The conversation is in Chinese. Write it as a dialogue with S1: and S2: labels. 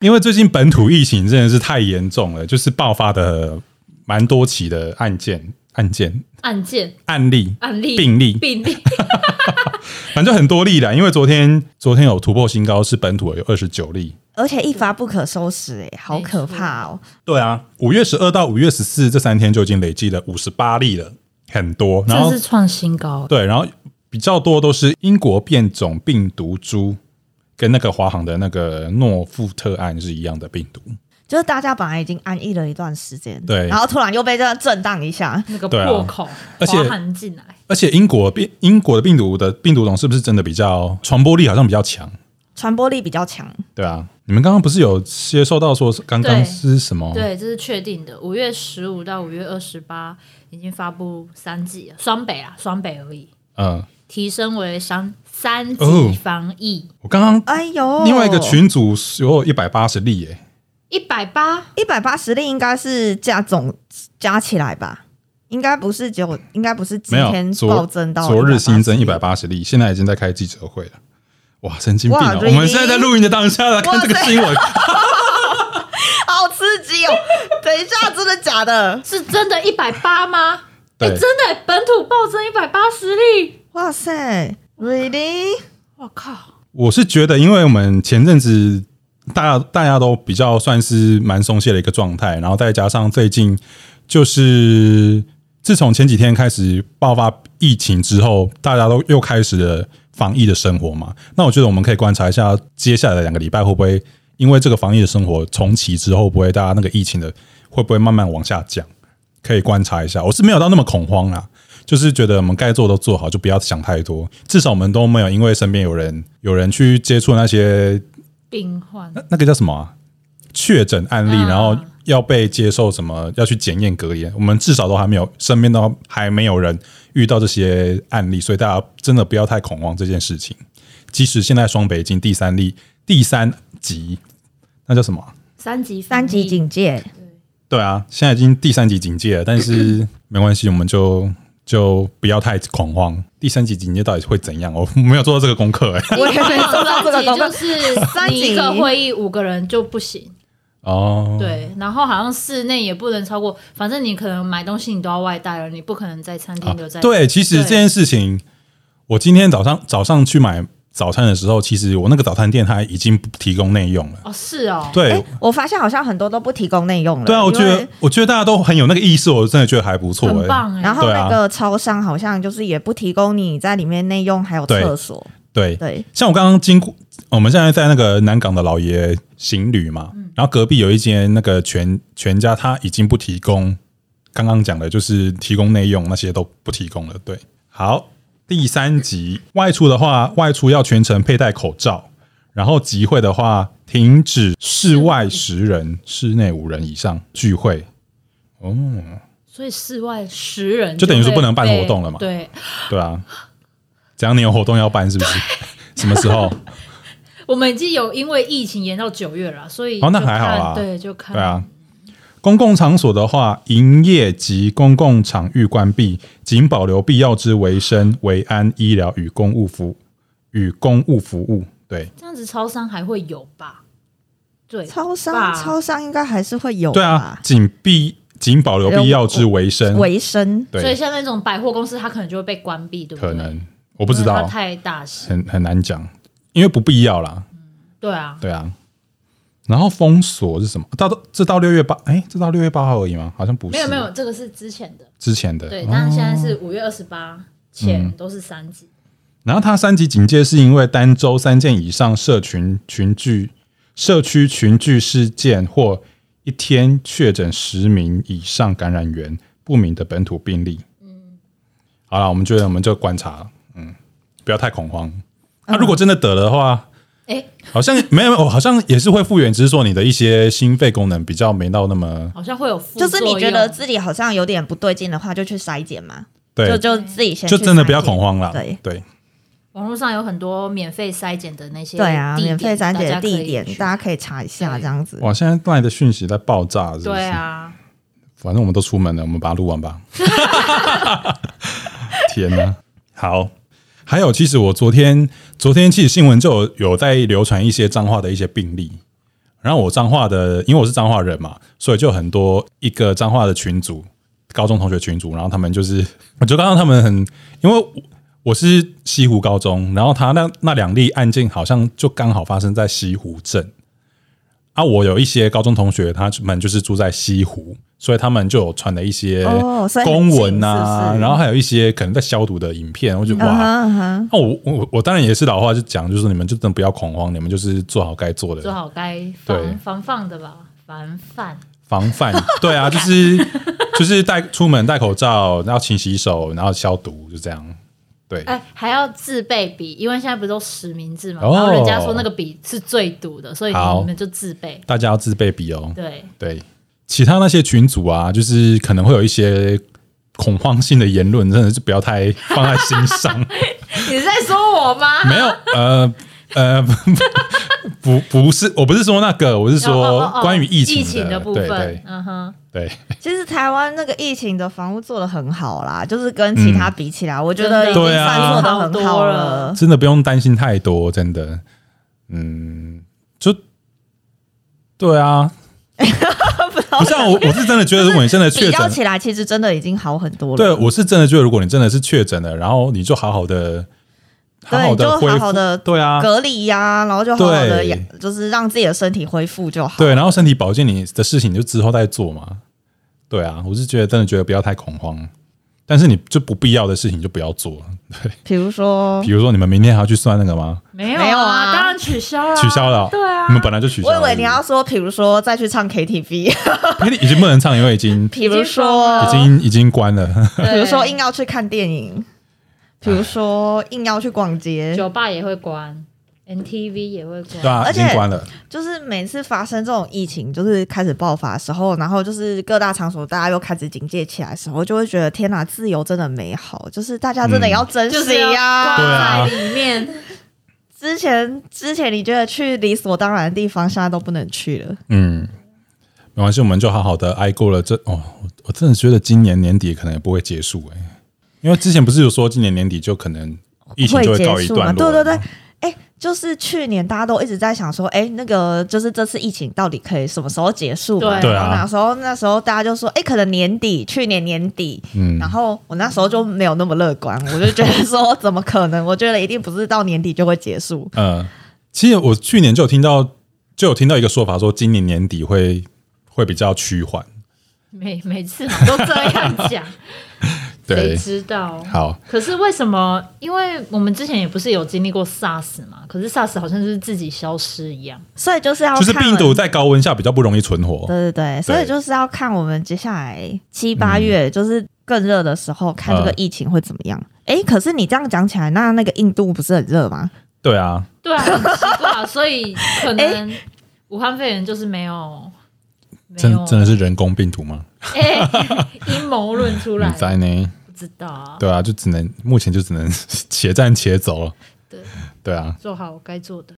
S1: 因为最近本土疫情真的是太严重了，就是爆发的蛮多起的案件、案件、
S2: 案件
S1: 案例、
S2: 案例
S1: 病例，
S2: 病 例
S1: 反正很多例啦。因为昨天昨天有突破新高，是本土有二十九例。
S3: 而且一发不可收拾、哎，好可怕哦！
S1: 对啊，五月十二到五月十四这三天就已经累计了五十八例了，很多。然
S2: 这
S1: 后
S2: 是创新高，
S1: 对，然后比较多都是英国变种病毒株，跟那个华航的那个诺富特案是一样的病毒。
S3: 就是大家本来已经安逸了一段时间，
S1: 对
S3: 然后突然又被这样震荡一下，
S2: 那个
S1: 对啊
S2: 破口
S1: 而且
S2: 滑行进来，
S1: 而且英国病英国的病毒的病毒种是不是真的比较传播力好像比较强？
S3: 传播力比较强。
S1: 对啊，你们刚刚不是有接受到说是刚刚
S2: 对
S1: 是什么？
S2: 对，这是确定的。五月十五到五月二十八已经发布三剂了，双北啊，双北而已，
S1: 嗯，
S2: 提升为三三
S1: 哦
S2: 级防疫，
S1: 我刚刚
S3: 哎呦，
S1: 另外一个群组有一百八十例耶，
S2: 一百八
S3: 一百八十例应该是加总加起来吧，应该不是只有，应该不是今
S1: 没有
S3: 天
S1: 昨
S3: 暴增到
S1: 昨日新增
S3: 180
S1: 一百八十例，现在已经在开记者会了。哇，神经病
S3: 哇
S1: 啊！我们
S3: really？
S1: 现在在录音的当下来看这个
S3: 哇塞
S1: 新闻，
S3: 好刺激哦！ 等一下，真的假的？
S2: 是真的一百八吗？哎、
S1: 对
S2: 真的、本土暴增一百八十例，
S3: 哇塞，really？
S2: 我靠！
S1: 我是觉得，因为我们前阵子大家大家都比较算是蛮松懈的一个状态，然后再加上最近就是自从前几天开始爆发疫情之后，大家都又开始了防疫的生活嘛。那我觉得我们可以观察一下接下来的两个礼拜会不会因为这个防疫的生活重启之后，会不会大家那个疫情的会不会慢慢往下降？可以观察一下。我哦是没有到那么恐慌啦，就是觉得我们该做都做好，就不要想太多。至少我们都没有因为身边有人有人去接触那些
S2: 病患
S1: 那那个叫什么啊、确诊案例，
S2: 嗯
S1: 然后要被接受什么要去检验隔离，我们至少都还没有身边都还没有人遇到这些案例，所以大家真的不要太恐慌这件事情。即使现在双北已经第三例第三级，那叫什么啊、
S2: 三级防疫
S3: 三级警戒，
S1: 对啊，现在已经第三级警戒了，但是没关系，我们就就不要太恐慌。第三级警戒到底会怎样？我没有做到这个功课哎、
S3: 我也没做到这个功
S2: 就
S3: 课。
S2: 是
S3: 三
S2: 你
S3: 级
S2: 一个会议五个人就不行，
S1: 哦，，
S2: 对，然后好像室内也不能超过，反正你可能买东西你都要外带了，你不可能在餐厅留在、
S1: 啊对，其实这件事情，我今天早上早上去买早餐的时候，其实我那个早餐店它已经不提供内用了。
S2: 哦是哦，
S1: 对、
S3: 哎，我发现好像很多都不提供内用了。
S1: 对啊，我觉
S3: 因
S1: 得
S3: 为。
S1: 我觉得大家都很有那个意识，我真的觉得还不错、
S2: 很
S1: 哎。
S2: 棒哎、
S3: 然后
S1: 对啊
S3: 那个超商好像就是也不提供你在里面内用，还有
S1: 对
S3: 厕所。
S1: 对，
S3: 对，
S1: 像我刚刚经过，我们现在在那个南港的老爷行旅嘛，然后隔壁有一间那个全全家，他已经不提供刚刚讲的，就是提供内用那些都不提供了。对，好，第三集外出的话，外出要全程佩戴口罩，然后集会的话，停止室外十人、室内五人以上聚会。哦，
S2: 所以室外十人
S1: 就等于说
S2: 会
S1: 不能办
S2: 被
S1: 活动了嘛
S2: 对，
S1: 对啊，这样你有活动要办是不是？什么时候？
S2: 我们已经有因为疫情延到九月了，所以
S1: 哦那
S2: 就
S1: 还好
S2: 看
S1: 啦
S2: 对，就看
S1: 对啊，公共场所的话，营业及公共场域关闭，仅保留必要之维生、维安、医疗与公务服与公务服务。对
S2: 这样子超商还会有吧？对，
S3: 超商
S2: 吧
S3: 超商应该还是会
S2: 哦
S3: 有
S1: 对啊，仅必仅保留必要之维生。
S3: 维生。
S2: 所以
S1: 对，
S2: 像那种百货公司，它可能就会被关闭，对不对？
S1: 可能我不知
S2: 因为它
S1: 道，
S2: 太大型。
S1: 很很难讲，因为不必要啦。
S2: 对啊，
S1: 对啊。然后封锁是什么？到这到六月八，哎，这到六月八号而已吗？好像不是，
S2: 没有没有，这个是之前的，
S1: 之前的。
S2: 对，
S1: 哦嗯
S2: 但是现在是五月二十八前都是三级，
S1: 然后它三级警戒是因为单周三件以上社群群聚、社区群聚事件或一天确诊十名以上感染源不明的本土病例。嗯，好了，我们觉得我们就观察，嗯，不要太恐慌。
S3: 嗯
S1: 那、如果真的得了的话，
S2: 哎，
S1: 好像没有，好像也是会复原，只是说你的一些心肺功能比较没到那么
S2: 好像会有副作
S3: 就
S2: 用
S3: 是你觉得自己好像有点不对劲的话，就去筛检嘛，就
S1: 对，
S3: 就自己先
S1: 就
S3: 去
S1: 真的
S3: 筛
S1: 不要
S3: 检
S1: 恐慌啦。
S3: 对
S1: 对，
S2: 网络上有很多免费筛检的那些
S3: 对啊，
S2: 地
S3: 免
S2: 点
S3: 费筛检的
S2: 大家可以
S3: 地点
S2: 去
S3: 大家可以查一下，
S2: 对
S3: 这样子。
S1: 哇，现在赖的讯息在爆炸，是不是？
S2: 对啊，
S1: 反正我们都出门了，我们把它录完吧。 天哪、好，还有，其实我昨天昨天其实新闻就有有在流传一些脏话的一些病例，然后我彰化的，因为我是彰化人嘛，所以就很多一个彰化的群组，高中同学群组，然后他们就是， 我就看到他们很，因为我我是西湖高中，然后他那那两例案件好像就刚好发生在西湖镇。啊，我有一些高中同学，他们就是住在西湖，所以他们就有传了一些
S3: 哦所以很
S1: 公
S3: 近
S1: 文啊，
S3: 是不是
S1: 然后还有一些可能在消毒的影片，我就哇，
S3: 嗯哼嗯哼，
S1: 那我我我当然也是老话就讲，就是你们就真的不要恐慌，你们就是做好该做
S2: 做
S1: 的
S2: 好该
S1: 对
S2: 防防范的吧，防范。
S1: 防 范。对啊，就是就是戴出门戴口罩，然后勤洗手，然后消毒，就这样。对，
S2: 哎，还要自备笔，因为现在不都实名制嘛，
S1: 哦
S2: 然后人家说那个笔是最毒的，所以
S1: 好
S2: 你们就自备。
S1: 大家要自备笔哦。
S2: 对，
S1: 对，其他那些群组啊，就是可能会有一些恐慌性的言论，真的是不要太放在心上。
S2: 你是在说我吗？
S1: 没有，呃呃，不不不是，我不是说那个，我是
S2: 哦
S1: 说
S2: 哦哦
S1: 关于疫
S2: 情
S1: 情
S2: 的
S1: 的，
S2: 部
S1: 对对
S2: 分，嗯哼，
S1: 对。
S3: 其实台湾那个疫情的防护做的很好啦，就是跟其
S2: 嗯
S3: 他比起来，我觉得已经
S1: 对啊
S3: 算做的很好
S2: 啊
S3: 了。
S1: 真的不用担心太多，真的，嗯，就对 啊，不是啊，我我是真的觉得，如果你真的确
S3: 比较
S1: 诊，
S3: 起来，其实真的已经好很多了。
S1: 对我是真的觉得，如果你真的是确诊了，然后你就好好的，好
S3: 对
S1: 好的
S3: 就
S1: 恢
S3: 好
S1: 复
S3: 好地
S1: 对啊，
S3: 隔离呀、然后就好好的
S1: 对
S3: 养，就是让自己的身体恢复就好。
S1: 对，然后身体保健你的事情就之后再做嘛，对啊，我是觉得真的觉得不要太恐慌，但是你就不必要的事情就不要做，
S3: 比如说
S1: 比，如说你们明天还要去算那个吗？
S2: 没有
S3: 没有啊
S2: 当然取消了，
S1: 取消了哦，
S2: 对啊
S1: 你们本来就取消
S3: 我以
S1: 了，
S3: 为你要说，比如说再去唱 KTV，
S1: 已经不能唱，因为已经
S3: 比如
S2: 已
S3: 说
S1: 已，经已经关了。
S3: 比如说
S2: 对
S3: 硬要去看电影，比如说硬要去逛街，
S2: 酒吧也会关，NTV 也会关，
S1: 对啊，
S3: 而
S1: 已经
S3: 且
S1: 关了，
S3: 就是每次发生这种疫情，就是开始爆发的时候，然后就是各大场所大家又开始警戒起来的时候，就会觉得天哪，自由真的美好，就是大家真的
S1: 嗯
S3: 要珍
S2: 就是
S3: 惜
S2: 要
S3: 呀、
S1: 对啊
S2: 挂在里面，
S3: 之前之前你觉得去理所当然的地方，现在都不能去了。
S1: 嗯，没关系，我们就好好的挨过了这哦，我我真的觉得今年年底可能也不会结束哎、因为之前不是有说今年年底就可能疫情就会告
S3: 结
S1: 一
S3: 束嘛？
S1: 段落，嗯
S3: 对对对，，哎、就是去年大家都一直在想说，哎、那个就是这次疫情到底可以什么时候结束嘛？
S2: 对
S1: 啊
S3: 然后那时候那时候大家就说，哎、可能年底，去年年底。
S1: 嗯，
S3: 然后我那时候就没有那么乐观，我就觉得说 怎么可能？我觉得一定不是到年底就会结束。
S1: 呃，其实我去年就有听到，就有听到一个说法说，今年年底会会比较趋缓，
S2: 每每次嘛都这样讲，谁
S1: 对，
S2: 知道？
S1: 好，
S2: 可是为什么？因为我们之前也不是有经历过 SARS 嘛，可是 SARS 好像是自己消失一样。
S3: 所以就是要
S1: 就是
S3: 看
S1: 病毒在高温下比较不容易存活，
S3: 对对对，所以就是要看我们接下来七八月，就是更热的时候，看这个
S1: 嗯
S3: 疫情会怎么样。哎、可是你这样讲起来，那那个印度不是很热吗？
S1: 对啊，
S2: 对啊，很奇 怪啊，所以可能武汉肺炎就是没有，没
S1: 真
S2: 有
S1: 真的是人工病毒吗？
S2: 哎，阴谋论出
S1: 你
S2: 来，
S1: 在呢？
S2: 不知道啊，
S1: 对啊，就只能目前就只能且战且走了，
S2: 对，
S1: 对啊，
S2: 做好该做的。